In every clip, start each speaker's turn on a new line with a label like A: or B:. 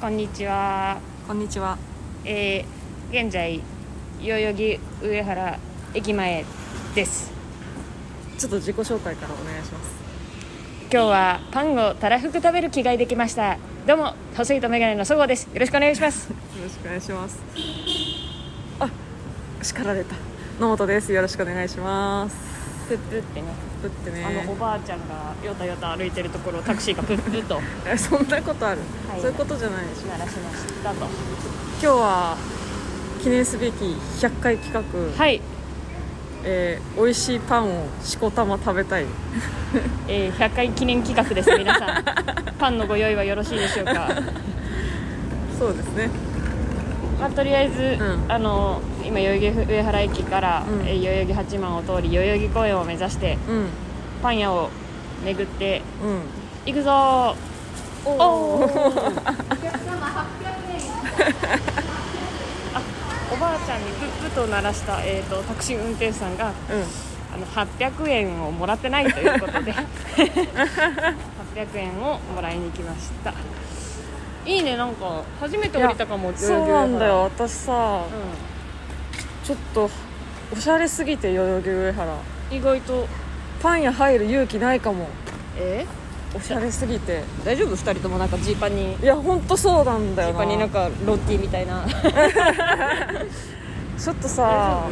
A: こんにちは、
B: こんにちは。
A: えー現在代々木上原駅前です
B: ちょっと自己紹介からお願いします。
A: 今日はパンをたらふく食べる気概できましたどうも細いとメガネのそごうですよろしくお願いします
B: よろしくお願いします。あ、叱られた。野本です。よろしくお願いします。
A: プップってね、
B: ぶってね。
A: ばあちゃんがよたよた歩いてるところをタクシーがプップと
B: え そんなことある、
A: はい
B: そういうことじゃないでしょ。
A: 鳴らしましたと
B: 今日は記念すべき100回企画、
A: はい、
B: えー美味しいパンをしこたま食べたい。
A: えー100回記念企画です皆さん パンのご用意はよろしいでしょう か
B: そうですね。
A: まあ、とりあえず、
B: ん
A: あの今代々木上原駅から、
B: うん
A: えー代々木八幡を通り代々木公園を目指して
B: うん。うん。
A: パン屋を巡っていくぞーおおーあおばあちゃんにプップと鳴らした、えー、とタクシー運転手さんがあの800円をもらってないということで800円をもらいに来ましたいいねなんか初めて降りたかも
B: うん。そうなんだよ。、私さ、
A: 代々木上原
B: ちょっとおしゃれすぎて代々木上原。
A: うん、意外と
B: パン屋入る勇気ないかも。
A: え
B: おしゃれすぎて
A: 大丈夫2人ともなんかジーパンに
B: いやほんとそうなんだ
A: ジー
B: よな
A: パンになんかロッティみたい な
B: ちょっとさ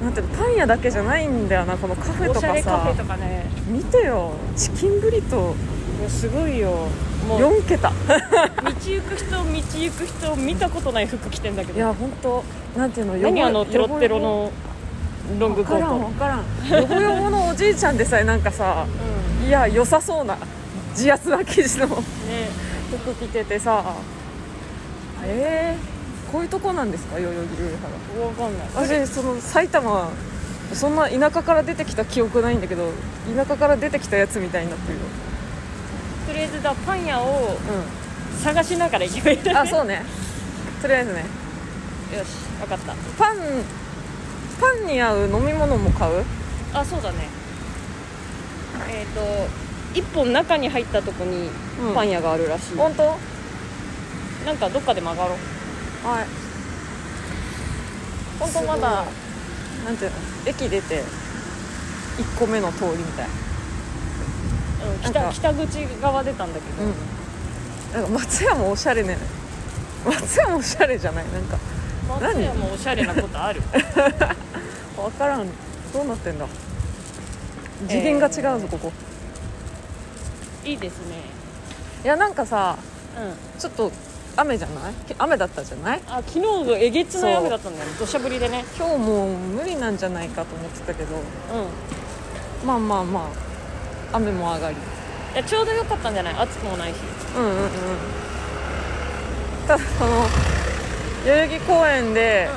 B: なんていうのパン屋だけじゃないんだよなこのカフェ
A: お
B: と
A: しゃ
B: か
A: れカフェ
B: さ
A: とかね
B: 見てよチキンブリト
A: いやすごいよもう道
B: 4桁
A: 行く人道行く人見たことない服着てんだけ
B: い
A: ど
B: やほんとなんていうの
A: 何
B: よ
A: あ
B: ぼ
A: のテロッテロのロングコー
B: 分からん
A: ト
B: 分からんヨボヨボのおじいちゃんでさえなんかさいや良さそうな自圧な生地の
A: うんね
B: 服着ててさえー、こういうとこなんですか代々木上原
A: わかんない
B: 私その埼玉そんな田舎から出てきた記憶ないんだけど田舎から出てきたやつみたいになってるよ、
A: とりあえずだパン屋を
B: う
A: 探しながら行けばいいんだ
B: ん、
A: ね
B: あそうねとりあえずね
A: よし分かった
B: パンパンに合う飲み物も買う
A: あそうだねえっ、と一本中に入ったとこに
B: うん
A: パン屋があるらしい、
B: 本当
A: なんかどっかで曲がろう
B: はい本当まだなんていうの駅出て1個目の通りみたい
A: うん
B: なん
A: 北
B: か
A: 北口側出たんだけど、
B: なんか松屋もおしゃれね松屋もおしゃれじゃないなんか
A: 松屋もおしゃれなこと ある
B: 分からんどうなってんだ次元が違うぞ、
A: えー
B: ここ
A: いいですね
B: いやなんかさ
A: うん
B: ちょっと雨じゃないき雨だったじゃない
A: あ昨日のえげつない雨だったんだよね土砂降りでね
B: 今日もう無理なんじゃないかと思ってたけ
A: う
B: ど
A: ん
B: まあまあまあ雨も上がり
A: いやちょうどよかったんじゃない暑くもないし
B: うんうんうんただその代々木公園で、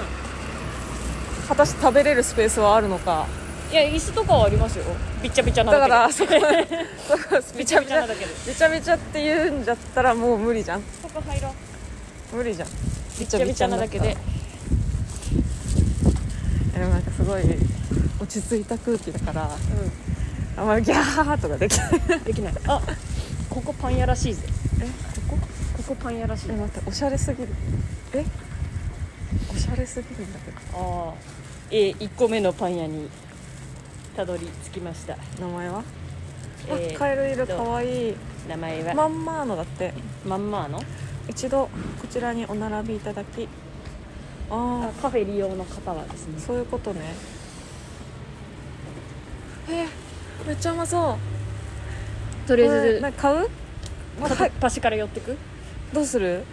B: 果たして食べれるスペースはあるのか
A: いや椅子とかはありますよびっちゃびちゃな
B: だ
A: だ
B: か
A: け
B: らあ
A: で
B: そこそこ
A: び
B: び
A: ち
B: ち
A: ゃ
B: ゃ
A: び
B: び
A: ち
B: ち
A: ゃ
B: ゃ
A: なだけで
B: びちゃびちゃって言うんじゃったらもう無理じゃん
A: そこ入ろう
B: 無理じゃんび
A: びっちゃびちゃなだけで
B: でもなんかすごい落ち着いた空気だからあんまりギャーとかできない
A: うんできないあここパン屋らしいぜえここここパン屋らしい
B: え
A: あ
B: 待っておしゃれすぎるえおしゃれすぎるんだけ
A: あえー、1個目のパン屋にたどり着きました、
B: ど名前は、
A: え
B: あ
A: ー
B: カエル色かわいい
A: 名前は、
B: まんまーのだって
A: まんまーの
B: 一度こちらにお並びいただきあ
A: あカフェ利用の方はですね
B: あそういうことねえー、めっちゃうまそう
A: と
B: と
A: りあえず
B: なんか買う
A: 片っ端から寄ってく
B: どうする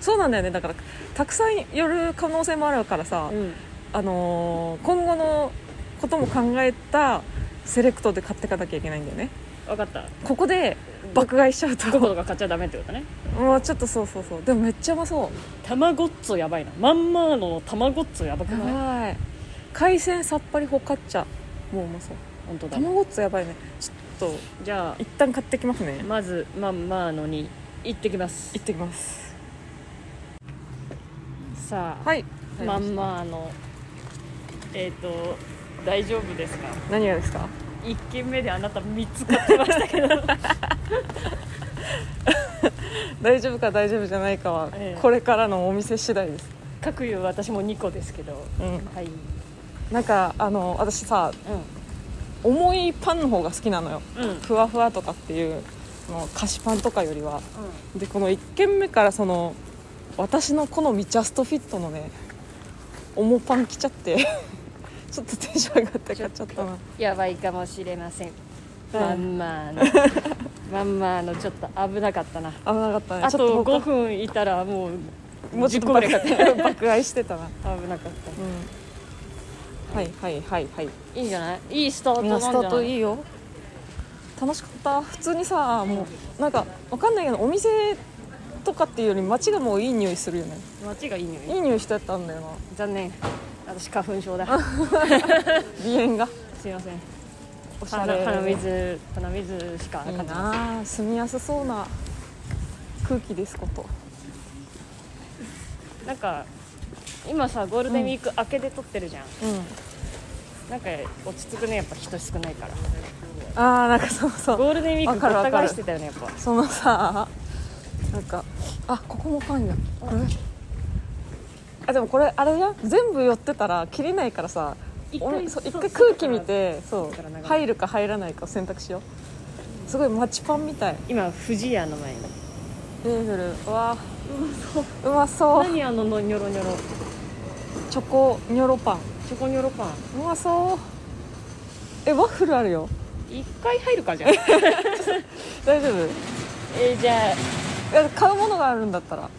B: そうなんだよねだからたくさん寄る可能性もあるからさ、
A: うん
B: あのー今後のことも考えたセレクトで買っていかなきゃいけないんだよね
A: 分かった
B: ここで爆買いしちゃう
A: 5個
B: と
A: とか買っちゃダメってことね
B: もうちょっとそうそうそうでもめっちゃうまそ
A: たまごっつやばいなまんまーのたまごっつやばく
B: うや
A: ない
B: ばい海鮮さっぱりホカッチャもううまそう
A: 本当だ
B: 卵っつやばいねちょっと
A: じゃ
B: 一旦買ってきますね
A: あまずまんまーのに行ってきます
B: 行ってきます
A: さあ、
B: はい
A: まんまーのえっ、と大丈夫ですか
B: 何がですか
A: 1軒目であなた3つ買ってましたけど
B: 大大丈夫か大丈夫じゃないかは
A: ええ
B: これからのお店次第です、
A: 各有私も2個ですけど
B: うん、
A: はい、うん、
B: なんかあの私さ重いパンの方が好きなのよ
A: うんうん
B: ふわふわとかっていうの菓子パンとかよりはでこの1軒目からその私の好みジャストフィットのね重パン来ちゃって ちょっとテンション上がって買っちゃったな
A: やばいかもしれません、
B: うん
A: まんまの まんまのちょっと危なかったな
B: 危なかったね
A: あ
B: ちょ
A: と
B: っ他
A: 5分いたらもう
B: もうちょっ
A: 10
B: と
A: 個ぐらい買っ
B: 爆
A: て
B: 爆買いしてたな、
A: 危なかった
B: うん、はいはいはいはい
A: いいんじゃないいいスタート
B: みん
A: な
B: なんス
A: じ
B: タ
A: ゃない
B: ートいいよ楽しかった普通にさもうなんかわかんないけどお店とかっていうより街がもういい匂いするよね
A: 街がいい匂い
B: いい匂いしてたんだよな
A: 残念私花粉症だ
B: 鼻炎が
A: すいません
B: おしゃ
A: 鼻
B: れ
A: 鼻水鼻水しか
B: いい
A: なかっ
B: なあ住みやすそうな空気ですこと
A: たなんか今さゴールデンウィーク明けで撮ってるじゃん、
B: うん
A: なんか落ち着くねやっぱ人少ないから
B: ああなんかそうそう
A: ゴールデンウィークご
B: わか
A: っ
B: るわか
A: た返
B: る
A: してたよねやっぱ
B: そのさなんかあここもパンやこれあでもこれあれや全部寄ってたら切れないからさ
A: 一
B: お
A: 回
B: そう
A: そう
B: 一回空気見てそ
A: 外から流れ
B: う
A: る
B: 入るか入らないかを選択しようすごいマチパンみたい
A: 今富士屋の前に
B: レーグルうわうまそう
A: 何あののニョロニョロ
B: チョコニョロパン
A: チョコニョロパン
B: うまそうえワッフルあるよ
A: 一回入るかじゃん
B: 大丈夫
A: えーじゃあ
B: え買うものがあるんだったら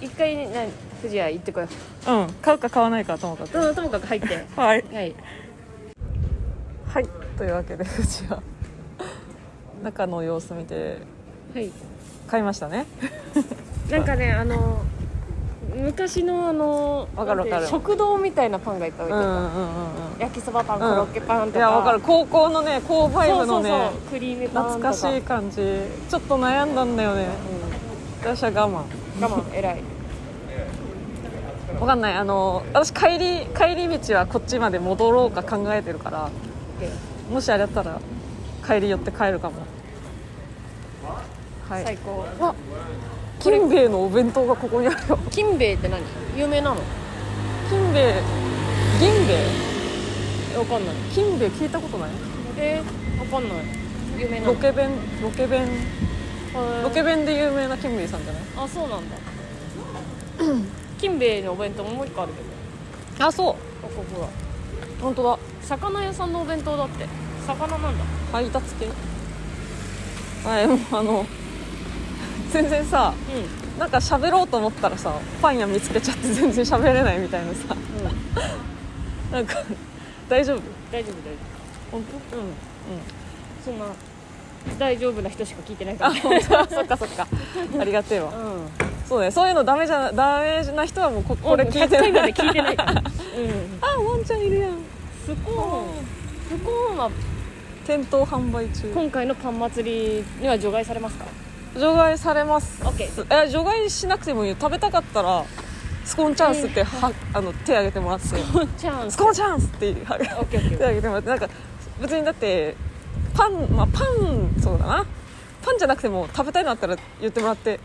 A: 一回な富士屋行ってこよ
B: うん買うか買わないかはともか
A: うどうぞともかく入って
B: くはい
A: はい
B: はいというわけでうちは中の様子見て
A: はい
B: 買いましたね
A: なんかねあの昔のあの
B: わかるわかる
A: 食堂みたいなパンがいっぱい置
B: う
A: い
B: ん
A: て
B: う
A: る、
B: んうんうん
A: 焼きそばパン、
B: うん
A: コロッケパンと
B: い
A: か
B: やわかる高校のね高バイ
A: そ
B: ブ
A: うそ
B: の
A: う
B: ね
A: そうクリームパンと
B: 懐
A: か
B: かしい感じちょっと悩んだんだよね私は我
A: うん、我慢偉い
B: 慢わかんないあの私帰り帰り道はこっちまで戻ろうか考えてるから
A: で
B: もしあれだったら帰り寄って帰るかもはい
A: 最高
B: あ金兵衛のお弁当がここにあるよ
A: 金兵衛って何有名なの
B: 金兵衛銀兵衛
A: わかんない
B: 金兵衛聞いたことない
A: えー、わかんない有名なの
B: ロケ弁ロケ弁
A: へー
B: ロケ弁で有名な金兵衛さんじゃない
A: あそうなんだ 金兵衛のお弁当もう一個あるけど
B: あそう
A: ここほら
B: 本当だ
A: 魚屋さんのお弁当だって魚なんだ
B: 配達系はいもうあの全然さ
A: う
B: なんか喋ろうと思ったらさパン屋見つけちゃって 全然喋れないみたいなさ
A: ん、うん、
B: なんか大丈夫
A: 大丈夫大丈
B: 本
A: 夫うんうんそんな大丈夫な人しか聞いてない
B: 当
A: か
B: あ本当だそっかそっかありがてえわ
A: らうん
B: そうねそういうのダメじゃダメな人はもうここれ聞いて
A: 100回ま
B: な
A: で
B: い
A: 聞いて ないから、うん、
B: あワンちゃんいるやん
A: スコーンスコーンは
B: 店頭販売中
A: 今回のパン祭りには除外されますか
B: 除外されます
A: オッケー
B: え除外しなくてもいいよ食べたかったらスコーンチャンスっては、あの手挙げてもらってスコ
A: チャンス
B: ーンチャンスっては
A: オッケーオッケー
B: 手挙げてもらってなんか別にだってパンまあパンそうだなパンじゃなくても食べたいのあったら言ってもらって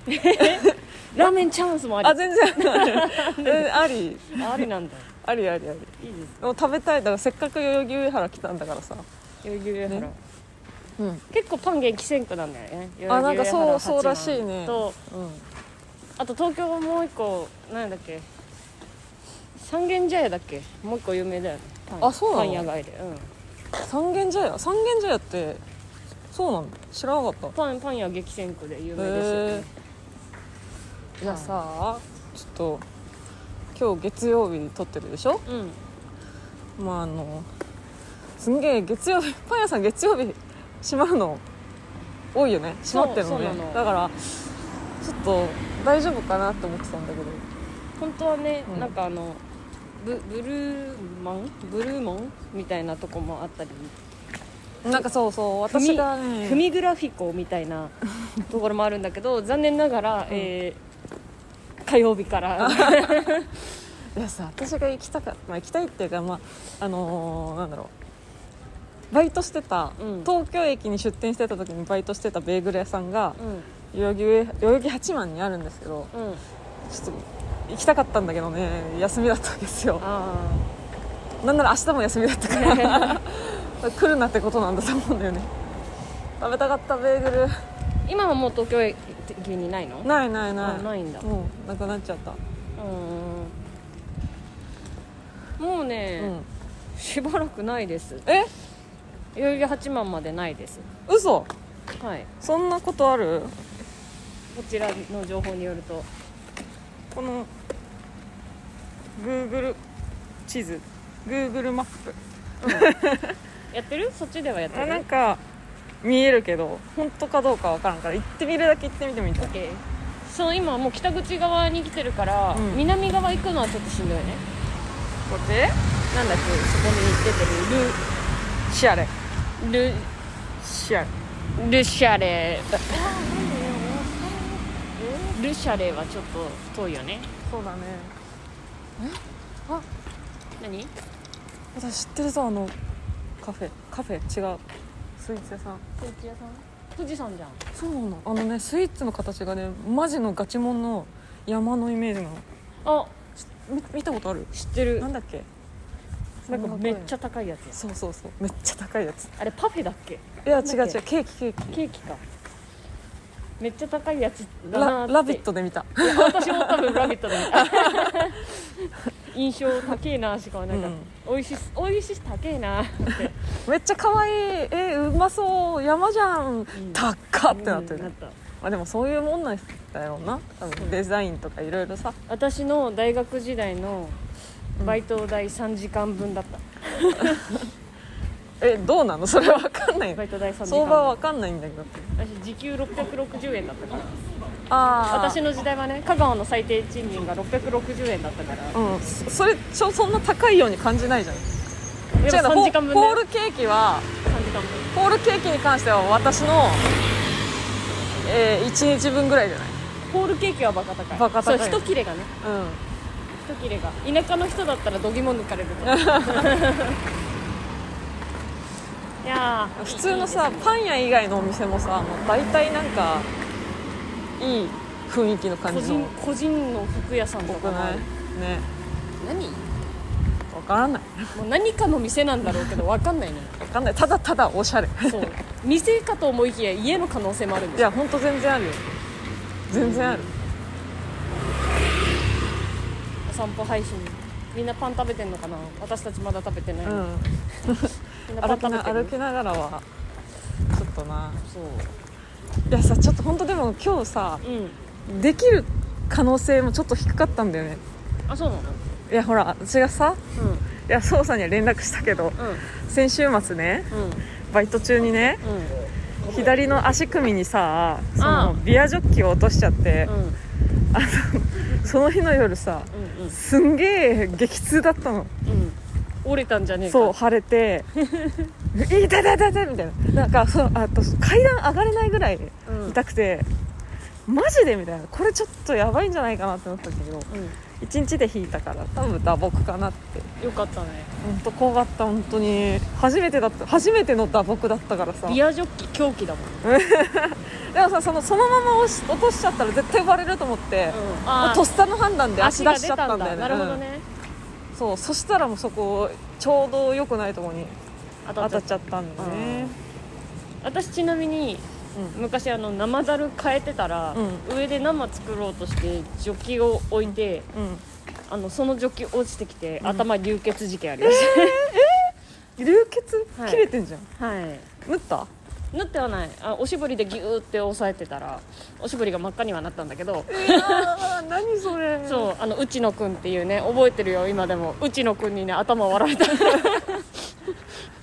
A: ラーメンチャンスもあり
B: あ全然 全然あり
A: ありなんだ
B: ありありあり
A: いいです
B: もう食べたいだからせっかく代々木上原来たんだからさ
A: 代々木上原、
B: ねうん
A: 結構パン激戦区なんだよね
B: あなんかそ
A: 代々木上原
B: うそうらしいね
A: と
B: うん
A: あと東京はもう一個なんだっけ三軒茶屋だっけもう一個有名だよねパン
B: あそうなの
A: パン屋街で、うん、
B: 三軒茶屋三軒茶屋ってそうなの知らなかった
A: パンパン屋激戦区で有名ですよね、
B: へえいやさちょっと今日月曜日に撮ってるでしょ
A: うん
B: まああのすんげえ月曜日パン屋さん月曜日閉まるの多いよね閉まってるのね
A: そうそうなの
B: だからちょっと大丈夫かなって思ってたんだけど
A: 本当はね、
B: うん
A: なんかあのブブルーマンブルーモンみたいなとこもあったり
B: なんかそうそう
A: 踏み
B: 私がね
A: 組グラフィコみたい なところもあるんだけど残念ながら、えー火曜日から
B: いやさ私が行きたかまあ行きたいっていうかまああのーなんだろうバイトしてた、
A: うん
B: 東京駅に出店してた時にバイトしてたベーグル屋さんが、
A: う
B: 代々木上代々木八幡にあるんですけど
A: うん
B: ちょっと行きたかったんだけどね休みだったんですよ
A: あ
B: なんなら明日も休みだったから来るなってことなんだと思うんだよね食べたかったベーグル
A: ー 今はもう東京駅にないの
B: ないない
A: あ
B: ない
A: ないんだ
B: もうなくなっちゃった
A: うんもうね、
B: うん
A: しばらくないです
B: え
A: 代々木八幡までないです
B: 嘘
A: はい
B: そんなことある
A: こちらの情報によると
B: この Google 地図 Google マップ
A: やってるそっちではやって
B: あ
A: る
B: なんか見えるけど本当かどうかわからんから行ってみるだけ行ってみてもいいんじゃない
A: OK そう今もう北口側に来てるから、
B: うん
A: 南側行くのはちょっとしんどいね
B: こっち
A: なんだっけそこに出て
B: シアレ
A: るル
B: シアレ
A: ルルシャレルシャレはちょっと遠いよね
B: そうだね
A: 何
B: 私知ってるぞあのカフェカフェ違うスイーツ屋さん
A: 富士山富士山じゃん
B: そうなのあのねスイーツの形がねマジのガチモンの山のイメージなの
A: あ
B: み見たことある
A: 知ってる
B: なんだっけ
A: なんかめっち
B: ゃ
A: ゃ高いやつや
B: そうそうそうめっちゃ高いやつ
A: あれパフェだっけ
B: いや違う
A: なんだ
B: 違
A: っ
B: う
A: け
B: ケーキケーキ
A: ケーキかめっちゃ高いやつだなー
B: ラ
A: って
B: ラビットで見た
A: いや私も多分「ラビット!」だね 印象高えなしかはなんか、美味しい美味しいし高えなっ て
B: めっちゃ可愛いえうまそう山じゃん、高っってなってる、
A: うん
B: まあ、でもそういうもんなんだろうな
A: そ
B: 多
A: う
B: 分デザインとかいろいろさ
A: 私の大学時代のバイト代3時間分だった、
B: えどうなのそれ分かんない
A: バイト代3時間分
B: 相場は分かんないんだけど
A: 私時給660円だったから
B: あ
A: 私
B: の
A: の時代はね香川の最低賃金が660円だったから
B: うんそそれちょそんな高いように感じないじゃん
A: やっぱ
B: 違
A: 3
B: うの
A: 時間分
B: ホ
A: だ
B: ホー
A: よ
B: ルケーキは
A: 3時間分
B: ホールケーキに関しては私の、え1日分ぐらいじゃない
A: ホールケーキはバカ高い
B: バカ高い
A: そう一切れがね一切れが田舎の人だったらどぎも抜かれる と思ういや
B: う
A: ー
B: ん普通の
A: い
B: さ
A: いですね
B: パン屋以外のお店もさもう大体なんかいい雰囲気の感
A: 個
B: じの
A: 人個人の服屋さんと
B: 多く
A: かも
B: な
A: あ
B: い
A: る
B: ね
A: 何も
B: わからない
A: もう何かの店なんだろうけど分かんない ね
B: わかんないただただおしゃれ
A: そう店かと思いきや家の可能性もあるんで
B: い
A: すよ
B: やほんと全然あるよ全然ある
A: お散歩配信みんなパン食べてんのかな私たちまだ食べてない、
B: うん、
A: みんなパ
B: 歩
A: ン食
B: き
A: べ
B: な
A: て
B: 歩
A: る
B: きながらはちょっとな
A: そ
B: いやさちょっと本当でも今日さ
A: ううん
B: できる可能性もちょっと低かったんだよね
A: あそうなの
B: いやほら私がさいや捜査には連絡したけど
A: うんうん
B: 先週末ね
A: うん
B: バイト中にね
A: う
B: 左の足首にさそ
A: ああ
B: のビアジョッキを落としちゃって
A: んうん
B: その日の夜さ
A: うん
B: すんげえ激痛だったの
A: うんうん折れたんじゃねえか
B: そう腫 れて「痛い痛い痛い痛い」みたいななんかそうあと階段上がれないぐらい
A: うん
B: 痛くて、マジでみたいなこれちょっとやばいんじゃないかなってなったんだけど
A: う
B: 1日で引いたから多分打撲かなって
A: んよかったね
B: 本当怖かった本当に初めてだった初めての打撲だったからさ
A: リアジョッキ狂気だもん、
B: でもさそのそのまま押し落としちゃったら絶対割れると思って、もう
A: あ
B: とっさの判断で足
A: 足
B: 出
A: が
B: し
A: 出
B: ちゃったた
A: ん
B: んだよ
A: だ
B: ね
A: なるほどね、
B: うんそうそしたらもうそこちょうど良くないところに
A: 当た
B: 当
A: っちゃ
B: た
A: っ
B: ったちゃったんだね
A: 私ちなみに昔あの生ざる変えてたら、上で生作ろうとしてジョッキを置いて、
B: うん、うん
A: あのそのジョッキ落ちてきて、頭流血事件ありまし
B: 流血
A: はい
B: 切れてんじゃん、
A: たはい
B: 縫った
A: 縫ってはないあおしぼりでギューって押さえてたらおしぼりが真っ赤にはなったんだけど
B: あー 何それ
A: そうあの内野くんっていうね覚えてるよ今でも内野くんにね頭割られた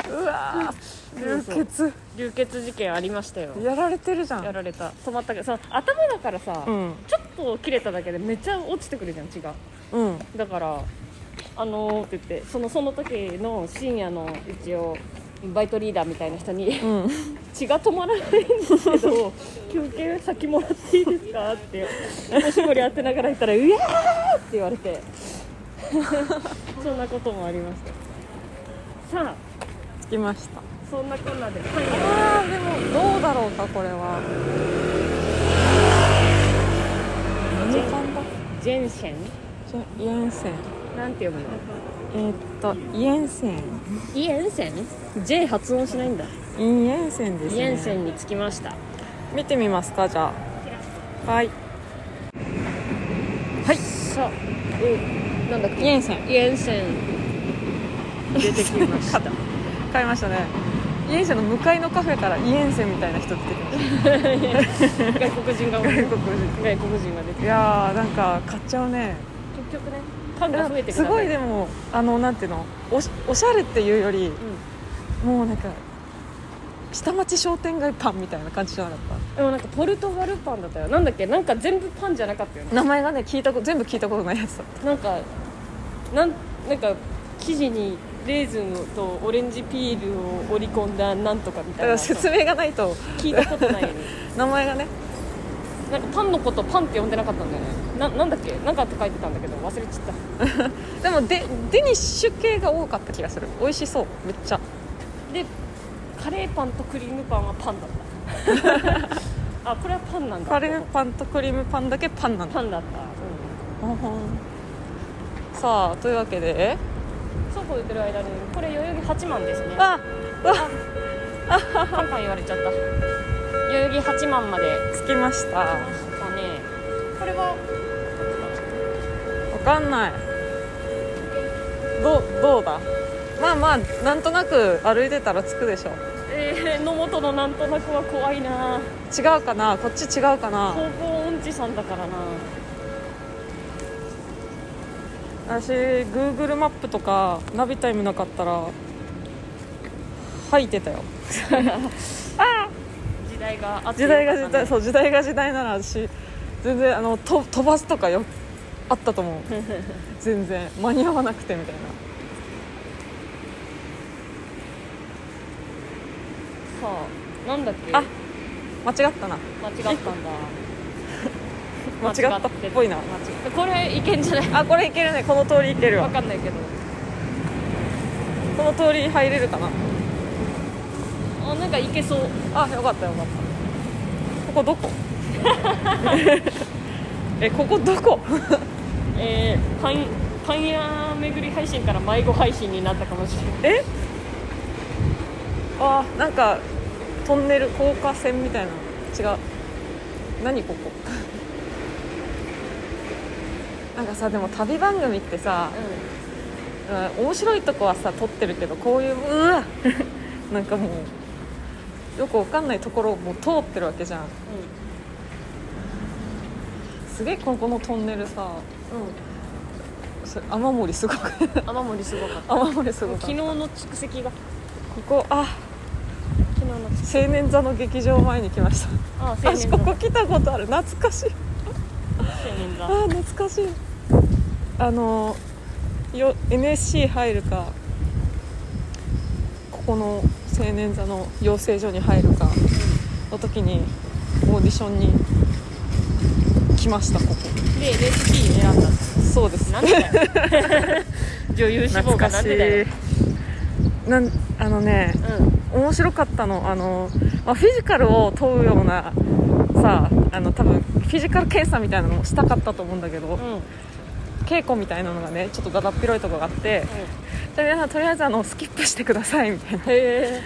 B: うわー
A: そう
B: 流血
A: 流血事件ありましたよ
B: やられてるじゃん
A: やられた止まったけどその頭だからさ、
B: うん
A: ちょっと切れただけでめっちゃ落ちてくるじゃん血が
B: うん
A: だから「あのー」って言ってそのその時の深夜の一応バイトリーダーみたいな人に
B: うん
A: 「血が止まらないんですけど休憩先もらっていいですか?」っておしぼり当てながら言ったら「うわー!」って言われて そんなこともありましたさあ
B: つきました
A: そんなこんなでパン屋
B: あーでもどうだろうかこれは
A: ジェンシェン
B: イエンセン
A: なんて読むの
B: えーっとイエンセン
A: イエンセン ?J 発音しないんだ、
B: イエンセンですね
A: イエンセンに着きました
B: 見てみますかじゃあはいはい
A: さあえなんだっけ
B: イエンセン
A: イエンセン出てきま した
B: 買いましたねイエンセンの向かいのカフェからイエンセンみたいな人出てき まし
A: 外国人が多い
B: た外国人
A: 外国人が出て
B: いやーなんか買っちゃうね
A: 結局ねファンが増えてく
B: す
A: だ
B: ご
A: さ
B: いでもあのなんていうのおしおしゃれっていうよりもうなんか下町商店街パンみたいな感じじゃなかっ
A: うん、でもなんかポルトガルパンだったよなんだっけなんか全部パンじゃなかったよ
B: た
A: ね
B: 名前がね聞いたこと全部聞いたことないやつだった
A: なんかなんなんか生地にレーズンとオレンジピールを織り込んだなんとかみた
B: だか
A: いな
B: ら説明がないと
A: 聞いたことないよね
B: 名前がね
A: なんかパンのことパンって呼んでなかったんだよねななんだっけなんかって書いてたんだけど忘れちゃった
B: でもデデニッシュ系が多かった気がする美味しそうめっちゃ
A: でカレーパンとクリームパンはパンだった あこれはパンなんだ
B: カレーパンとクリームパンだけパンなんだ
A: パンだった、うん、
B: さあというわけで
A: そうこう言ってる間にこれ代々木八幡ですね
B: あ
A: パンパン言われちゃった代々木八幡まで
B: 着きました
A: 来ましたねこれは
B: わかんないどうどうだまあまあなんとなく歩いてたら着くでしょ
A: えー、野本のなんとなくは怖いな
B: 違うかなこっち違うか
A: 高
B: な
A: 校音痴さんだからな
B: 私 Google マップとかナビタイムなかったら吐いてたよ
A: 時代があって
B: 時
A: よかっ
B: 代が
A: たね
B: 時代そう時代が時代なら私全然あのと飛ばすとかよあったと思 う全然間に合わなくてみたいな
A: さあなんだっけ
B: あ間違ったな
A: 間違ったんだ
B: 間違ったっぽいな
A: 間違ってこれいけんじゃない
B: あこれいけるねこの通りいける
A: わ
B: わ
A: かんないけど
B: この通り入れるかな
A: あなんかいけそう
B: あよかったよかったここど こえここどこ
A: えー、パンパン屋巡り配信から迷子配信になったかもしれない
B: えあなんかトンネル高架線みたいな違う何こ こなんかさでも旅番組ってさ、うん面白いとこはさ撮ってるけどこういううわ なんかもうよくわかんないところをもう通ってるわけじゃんすげえここのトンネルさ
A: うん、うん
B: それ雨漏りすごく
A: うん、雨漏りすごかった
B: 雨漏りすご
A: も
B: か
A: う
B: った
A: 昨日の蓄積が
B: ここあ
A: 昨日の蓄積
B: 青年座の劇場前に来ました
A: あ青
B: 私
A: 年座
B: ここ
A: 青
B: 来たことある懐かしい
A: 年座
B: あー懐かしいあのよ NSC 入るかここの青年座の養成所に入るかの時にオーディションに来ましたここ
A: で NSC 選んだ
B: そうです
A: なんでだよ 女優志望がなんでだよ
B: なんあのね
A: うん
B: 面白かったのあの、まあ、フィジカルを問うようなさあの多分フィジカル検査みたいなのもしたかったと思うんだけど、
A: うんうん
B: 稽古みたいなのがねちょっとだだっ広いとこがあってじゃあ皆さんとりあえずあのスキップしてくださいみたいな
A: へえ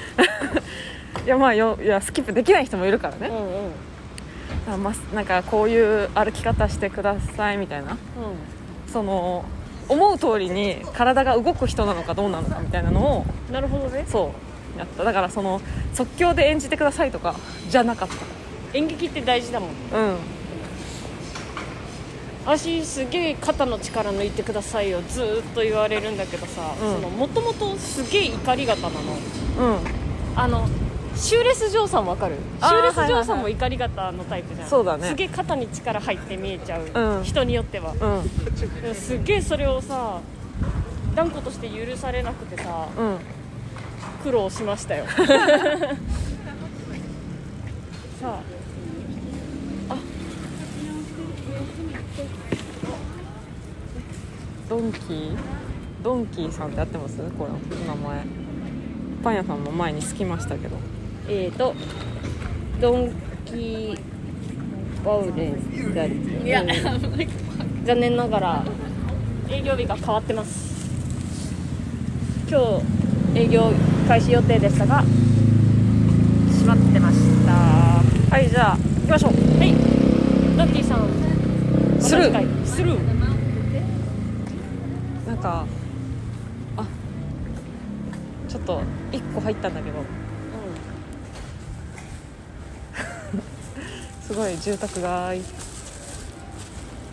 B: いやまあよいやスキップできない人もいるから
A: う
B: ね
A: ん、うんうん
B: あまあなんかこういう歩き方してくださいみたいなその思う通りに体が動く人なのかどうなのかみたいなのを
A: なるほどね
B: そうやっただからその即興で演じてくださいとかじゃなかっ
A: 演劇って大事だもん
B: たうん
A: 足すげえ肩の力抜いてくださいよずーっと言われるんだけどさ
B: うん
A: もともとすげえ怒り方なの
B: うん
A: あのシューレス・ジョーさんわかるシ
B: あー
A: ューレス・ジョーさん
B: はいはいは
A: も怒り方のタイプじゃん
B: そうだね
A: すげえ肩に力入って見えちゃう、
B: うん
A: 人によっては
B: うん
A: でもすげえそれをさ断固として許されなくてさ
B: うん
A: 苦労しましたよさ
B: ドンキードンキーさんって合ってますこれ名前パン屋さんも前に着きましたけど
A: あえー、とドンキーバウレンだっけいや残念ながら営業日が変わってます今日営業開始予定でしたが閉まってました
B: はいじゃあ行きましょう
A: はいラッキーさん
B: スルー
A: お出し会スルー
B: なんかあちょっと1個入ったんだけどすごい住宅街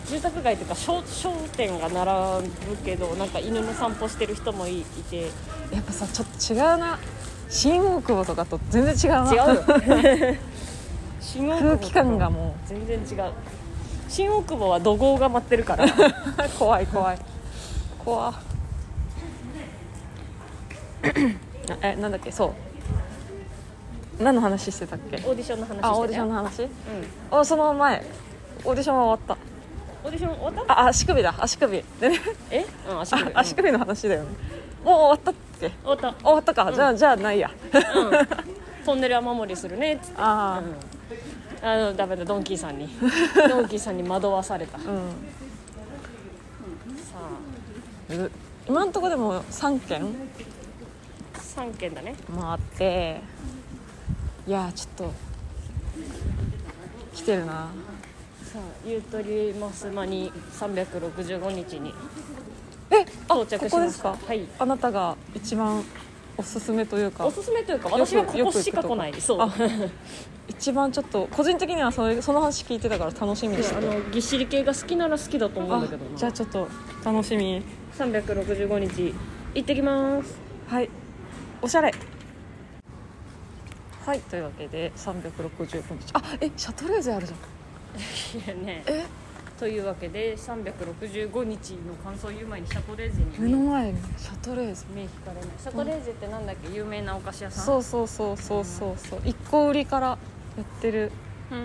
A: 住宅街というか商商店が並ぶけどなんか犬の散歩してる人もいいて違
B: やっぱさちょっと違うな新大久保とかと全然 違うな
A: うよ新大久保
B: 空
A: と
B: 気感がも
A: 全然違う新大久保は怒号が待ってるから
B: う 怖い怖い怖っあえなんだっけそう何の話してたっけ
A: オーディションの話してた
B: あ
A: よ
B: オーディションの話
A: うん
B: あその前オーディションは終わっ
A: オーディション終わった
B: たあ足首だ足首でね
A: えうん足首
B: あ足首の話だよねもう終わったっけ
A: うん終わっ
B: 終わったか、じゃあじゃあないや
A: た、うん、トンネルは守りするねっつって
B: ああ
A: あのダメだドンキーさん にドンキーさんに惑わされたさ
B: うん
A: あ
B: う今んとこでも3件
A: 3件だね
B: 回っていやーちょっと来てるな
A: さあゆとります間に365日に
B: えあ
A: 到着しました
B: ここですか
A: はい
B: あなたが一番おすすめというか
A: おすすめというか
B: よく
A: 私はこ
B: よ
A: こ
B: く行く
A: しか
B: と
A: 来
B: こ
A: ないそう
B: あ一番ちょっと個人的にはそれその話聞いてたから楽しみにして
A: あ
B: て
A: のぎっしり系が好きなら好きだと思うん
B: あ
A: だけどな
B: じゃあちょっと楽しみ
A: 365日行ってきます
B: はいおしゃれはいというわけで365日あえシャトレーゼあるじゃん
A: いやね
B: え
A: というわけで365日の感想を言う前にシャトレーゼ
B: 目
A: に
B: の
A: ね
B: 前にシャトレーゼ
A: 目引かれないシャトレーゼってなんだっけ有名なお菓子屋さん
B: そうそうそうそうそうそう一個売りからやってる
A: うーん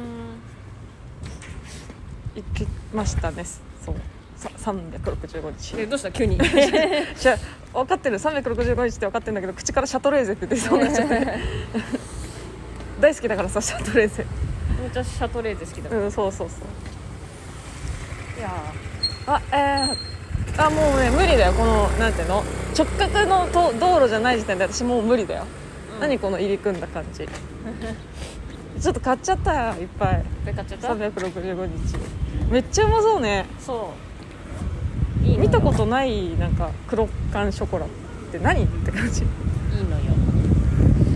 B: 行きましたねそうさ365
A: え
B: 日
A: どうした急 に
B: じゃ分かってる365日って分かってるんだけど口からシャトレーゼって出そうになっちゃって 大好きだからさシャトレーゼ
A: めっちゃシャトレーゼ好きだから
B: うんそうそうそう
A: いや
B: あえー、あもうね無理だよこのなんていうの直角のと道路じゃない時点で私もう無理だよ、
A: うん
B: 何この入り組んだ感じちょっと買っちゃったよいっぱ
A: ー
B: い
A: これ買っちゃった
B: 365日めっちゃうまそうね
A: そういいのよ
B: 見たことないなんか黒缶ショコラって何って感じ
A: いいの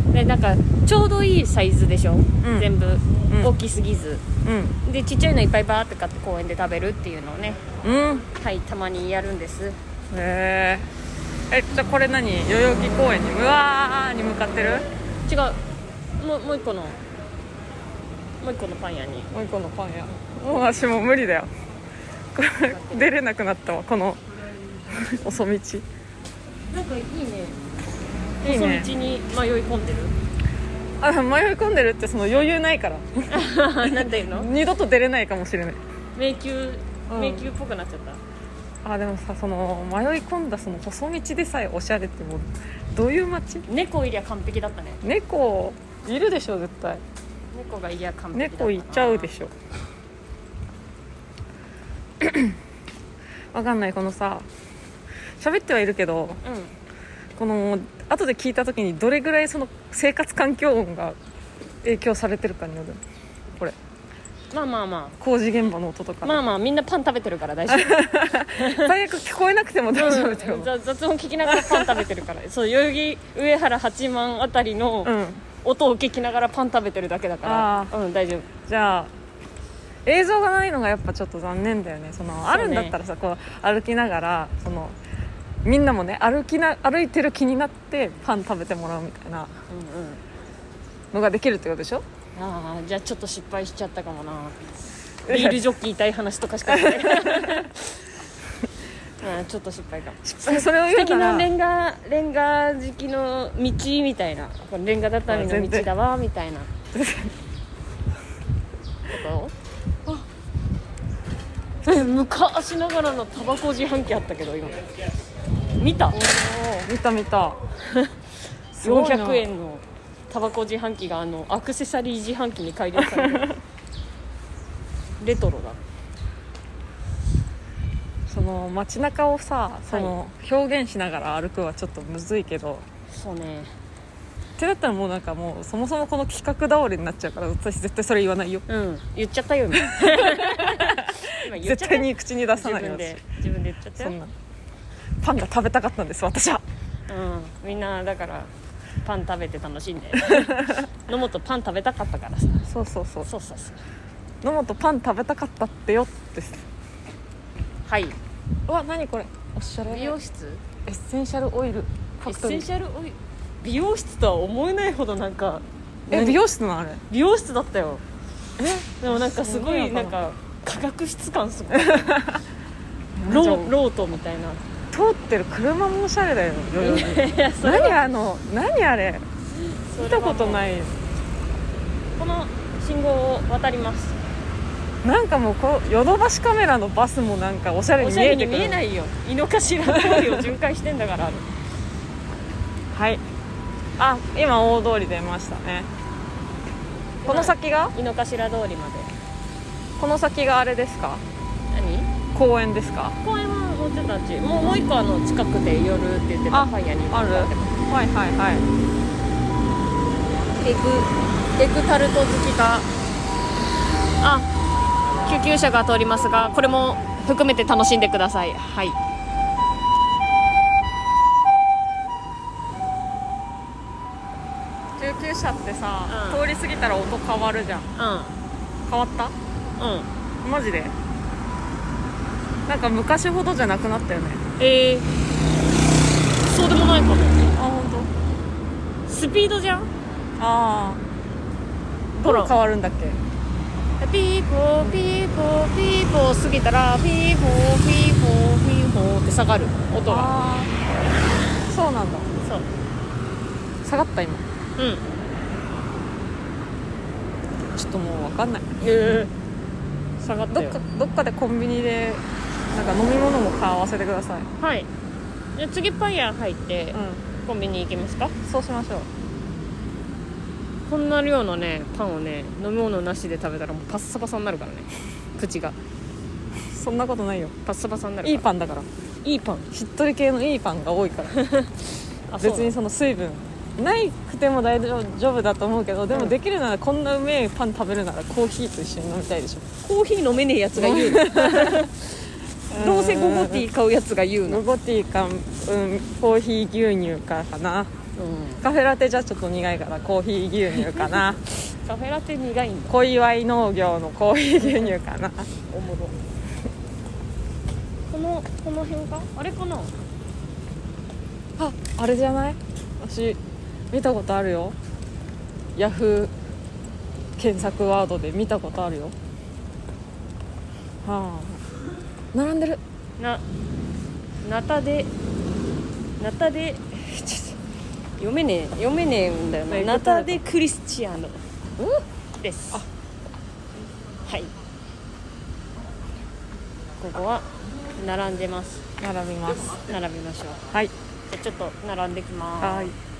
A: よでなんかちょうどいいサイズでしょ、
B: ん
A: 全部、
B: ん
A: 大きすぎず
B: う
A: でちっちゃいのいっぱいバーって買って公園で食べるっていうのをね
B: んうん
A: はいたまにやるんです
B: へええじゃあこれ何代々木公園にうわーに向かってる
A: 違うもうもう一個のもう一個のパン屋に
B: もう一個のパン屋もう私もう無理だよ これ出れなくなったわこの 細道
A: なんかいいね
B: いいね
A: 細道に迷い込んでる
B: あ迷い込んでるってその余裕ないから
A: なんていうの
B: 二度と出れないかもしれない
A: 迷宮
B: うん
A: 迷宮っぽくなっちゃった、
B: あでもさその迷い込んだその細道でさえおしゃれってもうどういう街
A: 猫いりゃ完璧だったね
B: 猫いるでしょ絶対
A: 猫がいりゃ完璧だったな
B: 猫いっちゃうでしょ わかんないこのさ喋ってはいるけ
A: う
B: ど
A: ん
B: この後で聞いた時にどれぐらいその生活環境音が影響されてるかによるこれ
A: まあまあま
B: 工事現場の音と
A: あ
B: か、
A: まあまあみんなパン食べてるから大丈夫
B: 最悪聞こえなくても大丈夫だよ、
A: 雑雑音聞きながらパン食べてるからそう代々木上原八幡あたりの
B: うん、
A: 音を聞きながらパン食べてるだけだか
B: あ
A: らうん大丈夫
B: じゃあ映像がないのがやっぱちょっと残念だよねそのあるんだったらさこう歩きながらそのみんなもね歩きな歩いてる気になってパン食べてもらうみたいな
A: うんうん
B: のができるってことでしょ
A: ああじゃあちょっと失敗しちゃったかもなビールジョッキー痛い話とかしかないうんちょっと失敗かも素
B: それを言う
A: 敵
B: な
A: な
B: ら
A: レンガレンガ敷きの道みたいなこのレンガ畳の道だわみたいなことえ 昔ながらのタバコ自販機あったけど今見た
B: 見た 見たすごいな
A: 400円のタバコ自販機があのアクセサリー自販機に改良されるレトロだ
B: その街中をさその表現しながら歩くはちょっとむずいけど、
A: そうね
B: ってなったらもうなんかもうそもそもこの企画倒れになっちゃうから私絶対それ言わないよ
A: うん言っちゃったよ ね今言っちゃ
B: 絶
A: った
B: 対
A: よ
B: に口に出
A: 自
B: さない
A: 分
B: よ
A: で自分で言っちゃった
B: そん
A: よ
B: なパンが食べたかったんです私は
A: うんみんなだからパン食べて楽しん で野本パン食べたかったからさ
B: そうそうそう
A: そうそうそう
B: 野本パン食べたかったってよって
A: はいう
B: わ何これおしゃれ
A: 美容室
B: エッセンシャルオイルファクトリー
A: ャルオイル美容室とは思えないほどなんか
B: え
A: 何
B: 美容室なのあれ
A: 美容室だったよ
B: え
A: でもなんかすごい
B: そうな
A: なん
B: のか
A: か化学質感すごいロ
B: じゃあ
A: ーロートみたいな
B: 通ってる車もおしゃれだよ代々木
A: いやそれ
B: 何あの何あれ
A: それ
B: 見
A: は
B: た
A: もう
B: ことない
A: この信号を渡ります
B: なんかもうこうヨドバシカメラのバスもなんかおしゃれ
A: お
B: に
A: し
B: 見
A: ゃれ
B: え
A: に
B: てく
A: 見
B: る
A: えないよ井の頭通りを巡回してんだから
B: はいあ今大通り出ましたねこの先が
A: 井の頭通りまで
B: この先があれですか
A: 何
B: 公園ですか
A: 公園はもうちょっとあっちもうもう一個あの近くで夜って言ってた
B: あ
A: パン屋に
B: あるはいはいはい
A: エクエクタルト好きがあ救急車が通りますがこれも含めて楽しんでくださいはい
B: 救急車ってさ、
A: うん
B: 通り過ぎたら音変わるじゃん
A: う
B: 変わった
A: んうん
B: マジでなんか昔ほどじゃなくなったよね
A: えー、そうでもないかも
B: あ本当。
A: スピードじゃん
B: ああ
A: ほ
B: ど
A: ら
B: う変わるんだっけ
A: ピーポーピーポーピーポー過ぎたらピーポーピーポーピーポーって下がる音が
B: ああそうなんだ
A: そう
B: 下がった今
A: うん
B: ちょっともう分かんない
A: えー、下がっ
B: ど
A: た
B: っ
A: よ
B: かどっかでコンビニでなんか飲み物も買わせてください
A: はいじゃあ次パン屋入って
B: う
A: コンビニ行きますか
B: んそうしましょう
A: こんな量のねパンをね飲み物なしで食べたらもうパッサパサになる からね口が
B: そんなことないよ
A: パッサパサになるから
B: いいパンだから
A: ンいいパン
B: しっとり系のいいパンが多いから
A: あそう
B: 別にその水分ないくても大丈夫だと思うけどで
A: う
B: も
A: ん
B: できるならこんなうめえパン食べるならコーヒーと一緒に飲みたいでしょ
A: コーヒー飲めねえやつが言うのどうせゴゴティー買うやつが言うの、
B: ゴゴティーか、うん、コーヒー牛乳かかなカフェラテじゃちょっと苦いからコーヒー牛乳かな
A: カフェラテ苦いんだ
B: 小祝農業のコーヒー牛乳かな
A: おもろこのこの辺かあれかな
B: ああれじゃない私見たことあるよヤフー検索ワードで見たことあるよはあ並んでる
A: なナタでナタでちょっと読めねえ読めねえんだよ
B: どうい
A: な
B: うこと
A: ナタでクリスチアーノです
B: あ
A: はいここは並んでます
B: 並びます
A: 並びましょう
B: はい
A: じゃあちょっと並んできます
B: はい